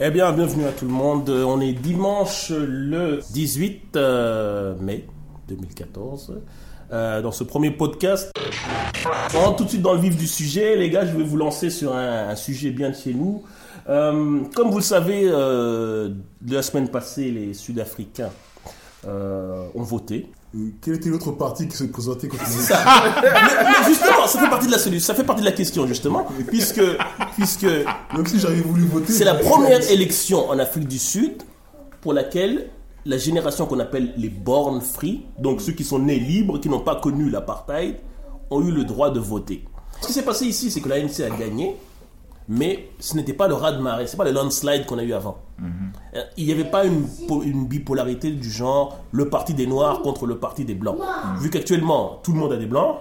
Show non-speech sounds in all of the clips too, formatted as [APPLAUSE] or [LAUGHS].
Eh bien, bienvenue à tout le monde. Euh, On est dimanche le 18 euh, mai 2014 euh, dans ce premier podcast. On rentre tout de suite dans le vif du sujet. Les gars, je vais vous lancer sur un, un sujet bien de chez nous. Euh, comme vous le savez, euh, de la semaine passée, les Sud-Africains euh, ont voté. [LAUGHS] Euh, Quel était l'autre parti qui se présentait contre nous Mais justement, ça fait partie de la solution, ça fait partie de la question justement, puisque puisque Même si j'avais voulu voter. c'est la première élection en Afrique du Sud pour laquelle la génération qu'on appelle les born free, donc ceux qui sont nés libres, qui n'ont pas connu l'apartheid, ont eu le droit de voter. Ce qui s'est passé ici, c'est que l'ANC a gagné, mais ce n'était pas le raz-de-marée, c'est pas le landslide qu'on a eu avant. Euh, Il n'y avait pas une, po- une bipolarité du genre le parti des noirs contre le parti des blancs. Vu qu'actuellement, tout le monde a des blancs,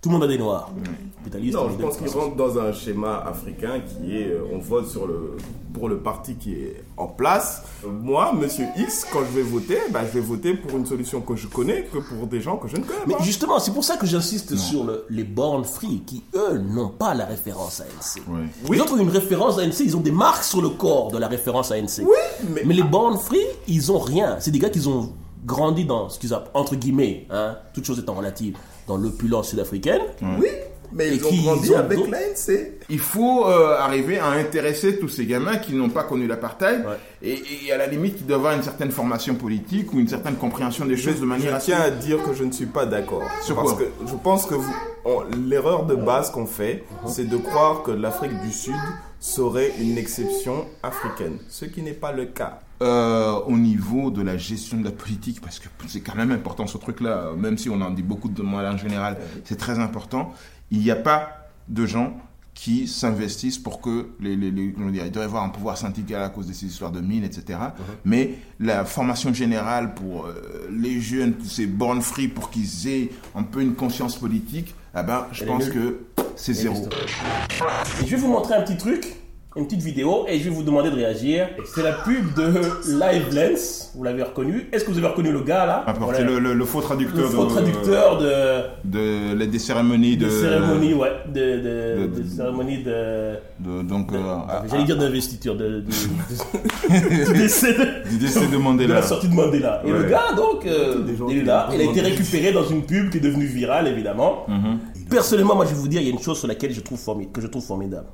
tout le monde a des noirs. Capitaliste, Non, je capitaliste, pense qu'ils rentrent dans un schéma africain qui est euh, on vote sur le, pour le parti qui est en place. Euh, Moi, monsieur X, quand je vais voter, bah, je vais voter pour une solution que je connais que pour des gens que je ne connais Mais pas. justement, c'est pour ça que j'insiste sur le- les bornes free qui, eux, n'ont pas la référence ANC. Oui. Les autres ont une référence ANC, ils ont des marques sur le corps de la référence ANC. Oui, mais- mais les bornes free, ils ont rien. C'est des gars qui ont grandi dans ce qu'ils appellent, entre guillemets, hein, toute chose étant relative, dans l'opulence sud-africaine. Oui, Mais Et ils ont qu'ils grandi ont avec d'autres- l'ANC. il faut euh, arriver à intéresser tous ces gamins qui n'ont pas connu l'apartheid Ouais. et, et à la limite qui doivent avoir une certaine formation politique ou une certaine compréhension des choses de manière Je assez... tiens à dire que je ne suis pas d'accord. Sur Parce que quoi je pense que vous- on- l'erreur de base qu'on fait, c'est de croire que l'Afrique du Sud serait une exception africaine, ce qui n'est pas le cas. Euh, au niveau de la gestion de la politique parce que c'est quand même important ce truc-là, euh, même si on en dit beaucoup de mal en général, c'est très important. Il n'y a pas de gens qui s'investissent pour que les, les, les- comment dire, il doit y avoir un pouvoir syndical à cause de ces histoires de mines, etc. Uh-huh. Mais la formation générale pour euh, les jeunes, ces born free pour qu'ils aient un peu une conscience politique, ah ben, je Elle est pense nulle. que c'est zéro. Et je vais vous montrer un petit truc, une petite vidéo, et je vais vous demander de réagir. C'est la pub de Live Lens, vous l'avez reconnu. Est-ce que vous avez reconnu le gars là Voilà. Apporter le, le- le faux Le traducteur, faux de- traducteur de... de, les- des cérémonies de, de cérémonie, ouais, de, de, de- de cérémonie de. de- donc, euh, ah, J'allais dire d'investiture, [LAUGHS] de, de, de- du décès de, Du décès de de Mandela. la sortie de Mandela. Et le Ouais. gars, donc, euh, Des gens il est qui- là, il a été récupéré dans une pub qui est devenue virale, évidemment. Mm-hmm. Personnellement, moi, je vais vous dire, il y a une chose sur laquelle je trouve formidable, que je trouve formidable,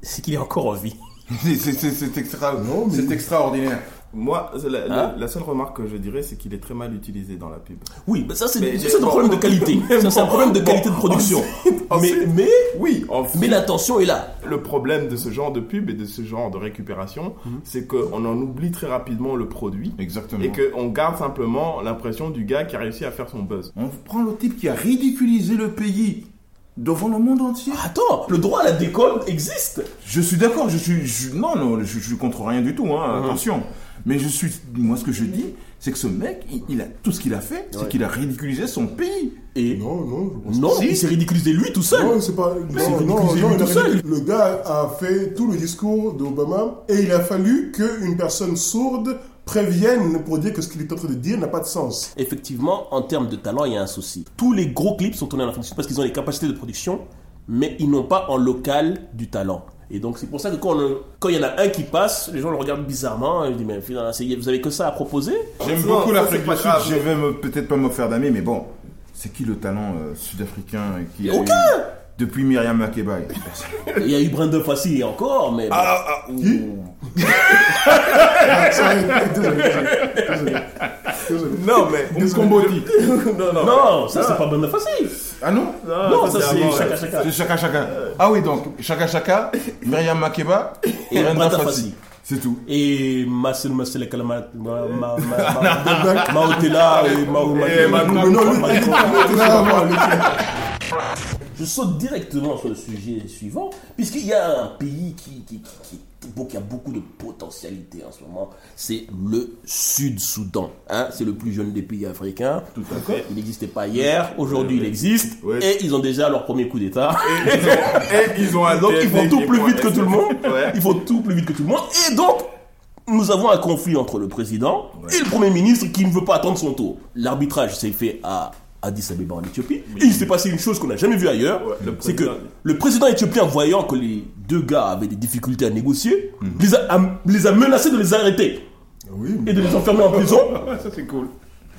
c'est qu'il est encore en vie. [LAUGHS] C'est- c'est- C'est c'est extra- Non, mais- c'est extraordinaire. Moi, la, la- Hein la seule remarque que je dirais, c'est qu'il est très mal utilisé dans la pub. Oui, mais ça, c'est Mais- ça, c'est un [LAUGHS] problème de qualité. Ça, C'est un problème de Bon, qualité de production. Mais, ensuite- mais, Oui, en mais l'attention est là. Le problème de ce genre de pub et de ce genre de récupération, Mhm. c'est qu'on en oublie très rapidement le produit Exactement. et qu'on garde simplement l'impression du gars qui a réussi à faire son buzz. On prend le type qui a ridiculisé le pays devant le monde entier. Attends, le droit à la déconne existe. Je suis d'accord, je suis. je- non, non, je, je suis contre rien du tout, Uh-huh. hein, attention. Mais je suis. Moi, ce que je dis, c'est que ce mec, il, il a tout ce qu'il a fait, c'est qu'il a ridiculisé son pays. Et Non, non, je pense non, Si. il s'est ridiculisé lui tout pas. seul. Non, c'est pas. Non, c'est non, ridiculisé non, lui il a tout seul. fait- le gars a fait tout le discours d'Obama et il a fallu qu'une personne sourde prévienne pour dire que ce qu'il est en train de dire n'a pas de sens. Effectivement, en termes de talent, il y a un souci. Tous les gros clips sont tournés en Afrique du Sud parce qu'ils ont les capacités de production, mais ils n'ont pas en local du talent. Et donc, c'est pour ça que quand on- quand il y en a un qui passe, les gens le regardent bizarrement. Et ils disent, mais finalement, c'est- vous avez que ça à proposer J'aime Non, beaucoup ça, l'Afrique c'est pas du Sud, grave. je vais me- peut-être pas me faire d'amis, mais bon, c'est qui le talent euh, sud-africain qui a Aucun eu- depuis Myriam [LAUGHS] Makeba Il y a eu Brandon Fassi et encore, mais. bon. Sorry, désolé, désolé, désolé. Non, mais. Combodi. non, non. non, ça, c'est pas Brandon Fassi Ah non Non, ça, c'est avant, chacun, ouais. chacun. C'est Chaka Chaka. Ah oui, donc Chaka Chaka, Myriam Makeba Et et Brenda Brenda Fassie. Fassi. C'est tout. Et Marcel Marcel Kalama, Maotela et Mao Eh, Manu- Mais non, [LAUGHS] lui, il est là, moi, le truc. Je saute directement sur le sujet suivant, puisqu'il y a un pays qui, qui, qui, qui- bon, qui a beaucoup de potentialité en ce moment, c'est le Sud-Soudan. hein. c'est le plus jeune des pays africains. Tout à fait. Il n'existait pas hier, aujourd'hui il existe, Ouais. et ils ont déjà leur premier coup d'État. Et ils ont un Donc ils vont TFL tout qui plus est vite que tout le monde. [LAUGHS] Ouais. Ils vont tout plus vite que tout le monde. Et donc, nous avons un conflit entre le président et le premier ministre qui ne veut pas attendre son tour. L'arbitrage s'est fait à Addis Abeba en Éthiopie. Et il s'est passé une chose qu'on n'a jamais vue ailleurs. Ouais, le c'est que président- le président éthiopien, voyant que les deux gars avaient des difficultés à négocier, Mhm. les, a, a- les a menacés de les arrêter Oui, mais et de les enfermer en prison. [LAUGHS] Ah, Ouais, ça c'est cool.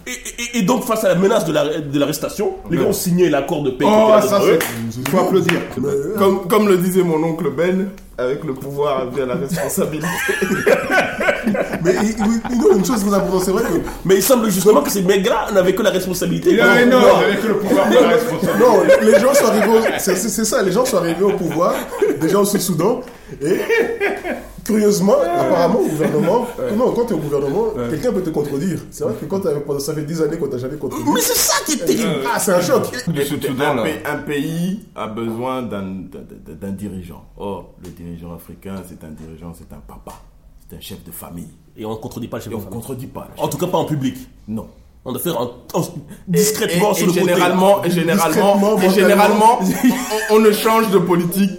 Et, et- et donc, face à la menace de la- de l'arrestation, les gars ont signé l'accord de paix. qui Oh, était là ça devant eux. c'est. c'est- Faut applaudir. Mais, euh, Comme, comme le disait mon oncle Ben, avec le pouvoir vient la responsabilité. mais il- oui, mais non, une chose très importante, c'est vrai que Mais il semble justement que ces mecs-là n'avaient que la responsabilité. Il avait non, non, avec le pouvoir vient la responsabilité. Non, les gens sont arrivés, au- c'est c'est- c'est ça, les gens sont arrivés au pouvoir, déjà au Sud-Soudan, et curieusement, apparemment, au gouvernement, non, quand tu es au gouvernement, quelqu'un peut te contredire. C'est vrai que quand t'as- pendant- ça fait 10 années qu'on t'a jamais contredit. Mais c'est ça qui est terrible. Ah, c'est un choc. Du Écoutez, Sud-Soudan, un, là. pays- un pays a besoin d'un- d'un d'un- d'un dirigeant. Or, le dirigeant africain, c'est un dirigeant, c'est un papa. C'est un chef de famille. Et on ne contredit pas le chef Et de on ne famille. contredit pas. le En chef. tout cas, pas en public. Non. On doit faire en- en- Et- discrètement et- sur et le côté. généralement, et Discrètement, généralement, et généralement on, on ne change de politique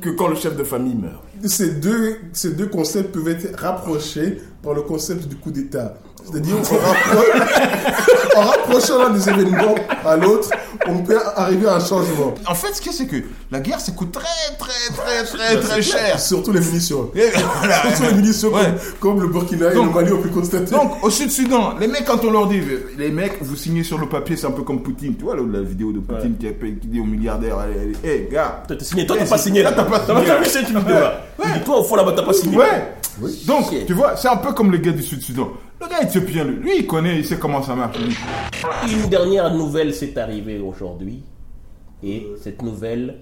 que quand le chef de famille meurt. Ces deux, ces deux concepts peuvent être rapprochés par le concept du coup d'État. C'est-à-dire, on rapproche- en rapprochant l'un des événements à l'autre, on peut arriver à un changement. En fait, ce que c'est que la guerre, ça coûte très, très, très, Bah, très, très cher. Surtout les munitions. Et voilà. Ah, Surtout les munitions Ouais. comme, comme le Burkina et Donc- le Mali ont pu constater. Donc, au Sud-Soudan, les mecs, quand on leur dit, euh, les mecs, vous signez sur le papier, c'est un peu comme Poutine. Tu vois, là, la vidéo de Poutine qui, a payé- qui dit aux milliardaires, allez, allez, hé, gars. Toi, t'as signé, toi, t'as pas signé là. Là, t'as pas signé, T'as là. vu cette vidéo là. Toi, au fond là-bas, t'as pas signé. Ouais. Oui. Donc, Chier. tu vois, c'est un peu comme le gars du Sud-Soudan. Le gars éthiopien, lui, lui, il connaît, il sait comment ça marche. lui. Une dernière nouvelle s'est arrivée aujourd'hui. Et cette nouvelle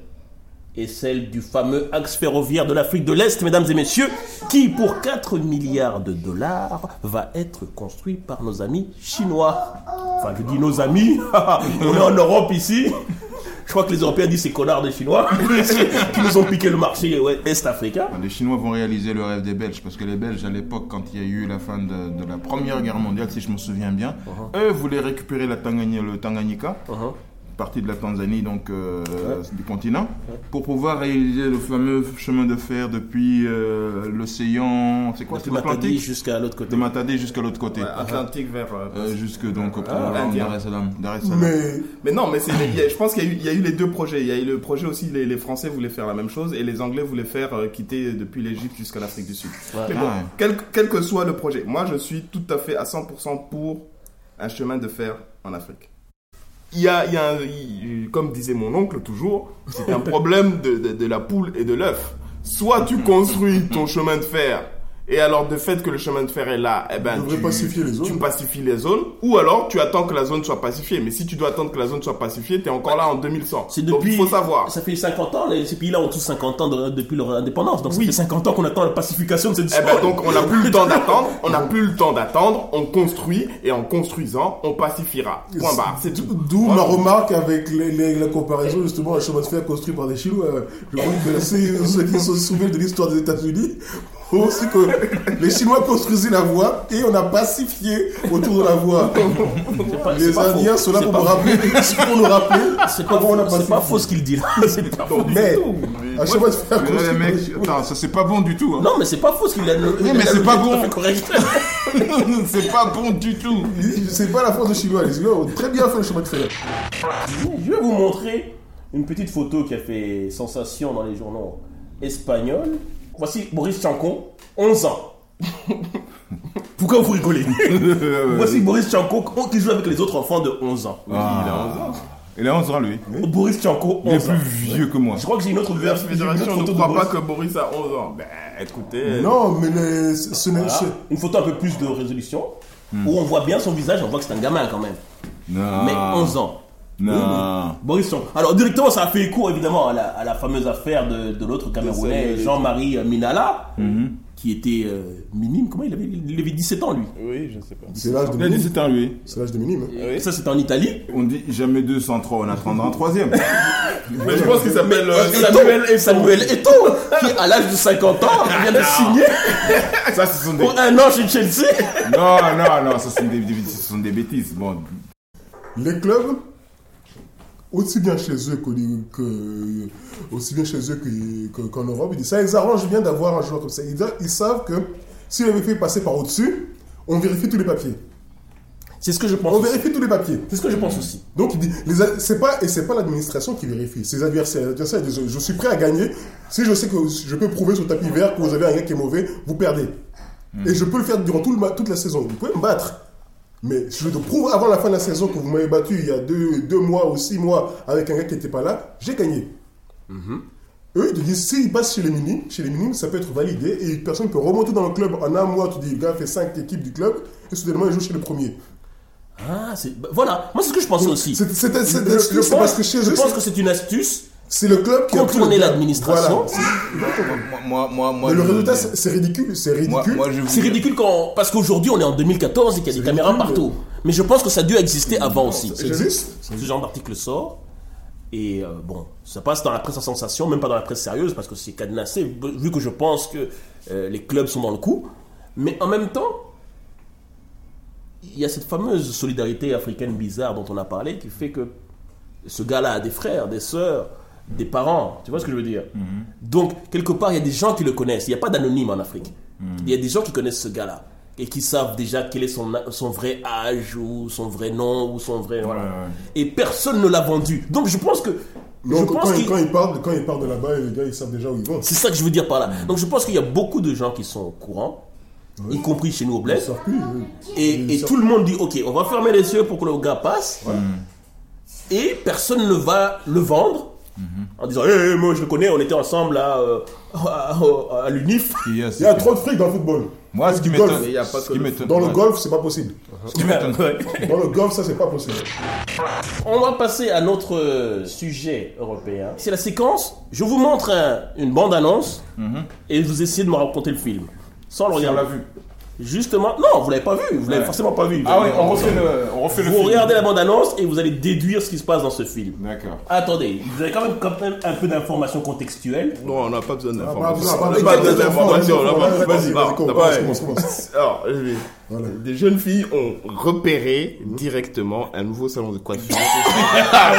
est celle du fameux axe ferroviaire de l'Afrique de l'Est, mesdames et messieurs, qui, pour 4 milliards de dollars, va être construit par nos amis chinois. Enfin, je dis nos amis, [LAUGHS] on est en Europe ici. Je crois que les Européens disent ces connards des Chinois [LAUGHS] qui nous ont piqué le marché ouais, est-africain. Ah, Les Chinois vont réaliser le rêve des Belges, parce que les Belges, à l'époque, quand il y a eu la fin de, de la Première Guerre mondiale, si je me souviens bien, eux voulaient récupérer la Tangani- le Tanganyika, Uh-huh. partie de la Tanzanie, donc euh, du continent, pour pouvoir réaliser le fameux chemin de fer depuis euh, l'océan, c'est quoi, c'est Depuis Matadi l'Atlantique jusqu'à l'autre côté. De Matadi jusqu'à l'autre côté. Atlantique vers. Euh, jusque donc au Indien. Dar es Salaam. Dar es Salaam. Mais hein. Mais non, mais c'est, il y a- je pense qu'il y a, eu, il y a eu les deux projets. Il y a eu le projet aussi, les, les Français voulaient faire la même chose et les Anglais voulaient faire euh, quitter depuis l'Égypte jusqu'à l'Afrique du Sud. Mais bon, Ouais. quel, quel que soit le projet, moi je suis tout à fait à 100% pour un chemin de fer en Afrique. Il y a, il y a un- il- comme disait mon oncle toujours, c'est un problème de, de, de la poule et de l'œuf. Soit tu construis ton chemin de fer et alors de fait que le chemin de fer est là, eh ben On devrait tu- pacifier les zones. tu pacifies les zones, ou alors tu attends que la zone soit pacifiée. Mais si tu dois attendre que la zone soit pacifiée, t'es encore là en 2100. C'est Donc depuis. il faut savoir. Ça fait 50 ans, les- ces pays-là ont tous 50 ans de- depuis leur indépendance. Donc ça fait 50 ans qu'on attend la pacification de cette Eh zone. ben donc on n'a plus [LAUGHS] le temps d'attendre, on n'a plus le temps d'attendre, on construit et en construisant on pacifiera. Point barre, c'est tout. d'où ma remarque avec les- les- la comparaison justement à un chemin de fer construit par les Chinois. Euh, Je crois que c'est ceux qui se souviennent de l'histoire des États-Unis. Aussi que les Chinois construisaient la voie et on a pacifié autour de la voie. pas- c'est les pas Indiens faux. sont là C'est pour, pas nous rappeler, pour nous rappeler C'est pas, comment on a c'est pacifié. pas faux ce qu'il dit là. [LAUGHS] C'est pas faux. Mais un Moi, chemin de fer Mais là, les construit par les mecs, Chinois. attends, ça c'est pas bon du tout. hein. Non, mais c'est pas faux ce qu'il a. Oui, mais c'est pas bon. correct. [LAUGHS] [LAUGHS] c'est pas bon [LAUGHS] du tout. C'est pas la force des Chinois. Les Chinois ont très bien fait le chemin de fer. Je vais vous montrer une petite photo qui a fait sensation dans les journaux espagnols. Voici Boris Chancon, 11 ans. Pourquoi vous rigolez Voici Boris Chancon qui joue avec les autres enfants de 11 ans. Il a 11 ans. Et là, on sera lui. Boris Chanko, Il est 11 ans. plus vieux que moi. Je crois que j'ai une autre La version. fédération ne croit pas que Boris a 11 ans. Ben écoutez. Non, mais les- ce n'est Voilà. ce- Une photo un peu plus de résolution, où on voit bien son visage, on voit que c'est un gamin quand même. Non. Mais 11 ans. Non. Boris Sonko. Alors directement, ça a fait écho évidemment à la, à la fameuse affaire de, de l'autre Camerounais, Samuel Eto'o. Jean-Marie Minala, qui était euh, minime. Comment il avait, il avait 17 ans lui Oui, je sais pas. C'est l'âge de Il a minime. 17 ans, lui. C'est l'âge de minime. hein. Ça c'était en Italie. On dit jamais 203, on attendra un [LAUGHS] troisième. Mais je pense qu'il s'appelle euh, Samuel Eto'o, qui à l'âge de 50 ans vient de signer Ça, ce [LAUGHS] sont des. pour un an chez Chelsea. Non, non, non, ça, ce sont des, des- ce sont des bêtises. Bon. Les clubs, aussi bien chez eux que, que- aussi bien chez eux que- que- qu'en Europe, ils disent ça ils arrangent bien d'avoir un joueur comme ça. Ils, ils savent que si le fait passer par au-dessus, on vérifie tous les papiers. C'est ce que je pense. On aussi. vérifie tous les papiers. C'est ce que je pense aussi. Donc, il dit, les a- c'est pas, et c'est pas l'administration qui vérifie, c'est les adversaires. Les adversaires ils disent, je suis prêt à gagner. Si je sais que je peux prouver sur tapis vert que vous avez un gars qui est mauvais, vous perdez. Hmm. Et je peux le faire durant tout le ma- toute la saison. Vous pouvez me battre. Mais si je te prouve avant la fin de la saison que vous m'avez battu il y a deux, deux mois ou six mois avec un gars qui n'était pas là, j'ai gagné. Mhm. Eux, ils te disent, s'ils passent chez les minimes, chez les minimes, ça peut être validé et une personne peut remonter dans le club en un mois. Tu dis, le gars fait cinq équipes du club et soudainement il joue chez le premier. Ah, c'est- bah, voilà. Moi, c'est ce que je pensais aussi. C'est c'est- c'est- Je- c'est- je pense- c'est parce que chez je eux, pense que c'est une astuce. c'est le club qui a pris le Contourner gars. l'administration. Voilà. C'est- Moi, moi, moi, moi, Mais le je vous résultat, dis- c'est c'est ridicule. C'est moi, ridicule. moi, je vous C'est dis- ridicule quand, parce qu'aujourd'hui on est en 2014 et qu'il y a des caméras ridicule. partout. Mais je pense que ça a dû exister avant aussi. ça Ça existe. Ce genre d'article sort. Et euh, bon, ça passe dans la presse à sensation, même pas dans la presse sérieuse, parce que c'est cadenassé, vu que je pense que euh, les clubs sont dans le coup. Mais en même temps, il y a cette fameuse solidarité africaine bizarre dont on a parlé, qui fait que ce gars-là a des frères, des sœurs, des parents. Tu vois ce que je veux dire Mhm. Donc, quelque part, il y a des gens qui le connaissent. Il n'y a pas d'anonyme en Afrique. Mhm. Il y a des gens qui connaissent ce gars-là et qui savent déjà quel est son, son vrai âge ou son vrai nom ou son vrai... voilà. ouais. Et personne ne l'a vendu. Donc, je pense que... je Donc, pense quand, qu'il- ils, quand ils partent, quand ils partent de là-bas, les gars, ils savent déjà où ils vont. C'est ça que je veux dire par là. Mhm. Donc, je pense qu'il y a beaucoup de gens qui sont au courant, y compris chez nous au Ils Bled. savent plus. euh. Ils Et, et savent- tout le monde dit, ok, on va fermer les yeux pour que le gars passe. Et personne ne va le vendre en disant, hé, hé, moi je le connais, on était ensemble à, euh, à, à- à l'UNIF. Il y a- Il y a trop de fric dans le football. Moi, ce qui Golf. m'étonne, Il y a pas ce que qui le- m'étonne- Dans le ouais. golf, c'est pas possible. Ce qui m'étonne- Dans le golf, ça, c'est pas possible. On va passer à notre euh, sujet européen. C'est la séquence, je vous montre un- une bande-annonce et vous essayez de me raconter le film. Sans le On regarder. l'a vu. Justement, non, vous l'avez pas vu, vous l'avez Ouais. forcément pas vu. Ah oui, on refait le, on refait le vous film. regardez la bande-annonce et vous allez déduire ce qui se passe dans ce film. D'accord. Attendez, vous avez quand même, quand même un peu d'informations contextuelles. Non, on n'a pas besoin Ah, d'informations. bah, On bah, n'a bah, pas bah, besoin d'informations. bah, on n'a bah, pas- bah, Vas-y, bah, va, bah, on n'a bah, pas- bah, commence, commence. Alors, je vais- Voilà. Des jeunes filles ont repéré directement un nouveau salon de [LAUGHS] coiffure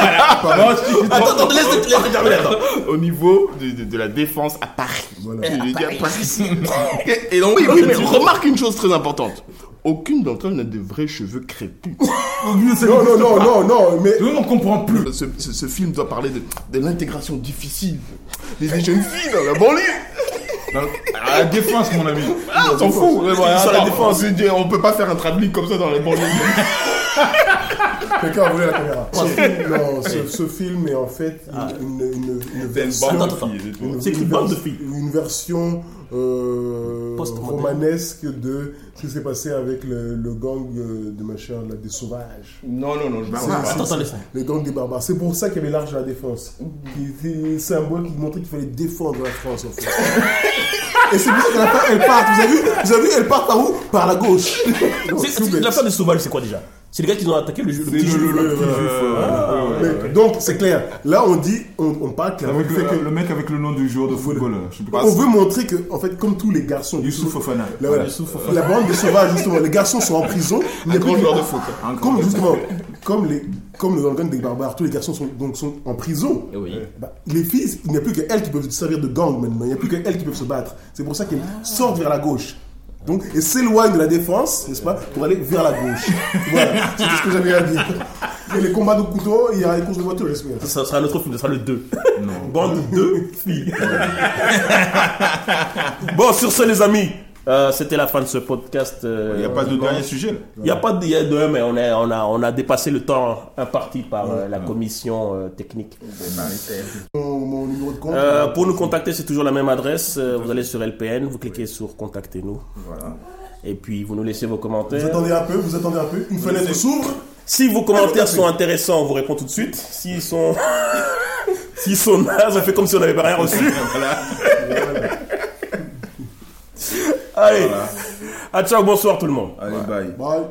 Attends, attends, laisse, laisse terminer, attends. au niveau de, de- de la défense à Paris. Voilà. Je veux dire, [LAUGHS] Paris. Et donc, oui, oui, mais remarque une chose très importante. Aucune d'entre elles n'a de vrais cheveux crépus. Non, non, non, non, non, mais. Nous, on comprend plus. Ce, ce- ce film doit parler de, de l'intégration difficile des, des jeunes filles dans la banlieue. À la défense, mon ami. Ah, on s'en fout. Ouais, ouais, Sur la attends, défense. je veux dire, Ah, On peut pas faire un travelling comme ça dans les banlieues. Quelqu'un a volé la caméra. Ce film, non, ce, ce film est en fait Ah. une, une, une, une version. Attends, attends, attends. une- C'est écrit une bande de vers- filles. Une version euh, Post-moderne. romanesque de ce qui s'est passé avec le, le gang euh, de machin, là, des sauvages. Non, non, non, je C'est- c'est- attends, c'est- attends, laisse. le gang des barbares. C'est pour ça qu'il y avait l'argent à la défense. Qui- C'est un symbole qui montrait qu'il fallait défendre la France en [LAUGHS] fait. Et c'est pour ça qu'à la fin, elle part. Vous avez vu, vous avez vu elle part par où Par la gauche. Non, [LAUGHS] C'est- s'il vous c'est- plaît. L'affaire des sauvages, c'est quoi déjà C'est les gars qui ont attaqué le, jeu- le petit le- jeu. le- le- Mais Donc c'est clair. Là on dit, on, on parle clairement. Avec du fait le, que- le mec avec le nom du joueur de football, euh, je sais pas. On veut montrer que, en fait, comme tous les garçons, Youssouf Fofana. la, voilà. la bande des sauvages, justement, les garçons sont en prison. mais grand plus- joueur de foot. Un grand Comme, joueur. justement, comme, les, comme le gang des barbares, tous les garçons sont, donc, sont en prison. Bah, les filles, il n'y a plus qu'elles qui peuvent servir de gang maintenant. Il n'y a plus qu'elles qui peuvent se battre. C'est pour ça qu'elles sortent vers la gauche. Donc, et s'éloignent de la défense, n'est-ce pas, pour aller vers la gauche. Voilà, c'est tout ce que j'avais à dire. Et les combats de couteau, il y aura les courses de voiture, j'espère. Ça sera notre film, ça sera le 2. [LAUGHS] Bande de filles. bon, sur ce, les amis, euh, c'était la fin de ce podcast. euh, Il n'y a pas de dernier sujet, là. Il n'y a pas de, il y a de mais on, est- on, a, on a dépassé le temps imparti par euh, la commission euh, technique. [LAUGHS] Mon, mon numéro de compte. Euh, pour nous contacter, c'est toujours la même adresse. Euh, Vous allez sur LPN, vous cliquez sur Contactez-nous. Et puis, vous nous laissez vos Vous commentaires. attendez un peu, vous attendez un peu. Une fenêtre s'ouvre. Si vos commentaires sont intéressants, on vous répond tout de suite. S'ils sont... [LAUGHS] S'ils sont nazes, on fait comme si on n'avait pas rien reçu. Allez, à ciao, bonsoir tout le monde. Allez, bye. Bye.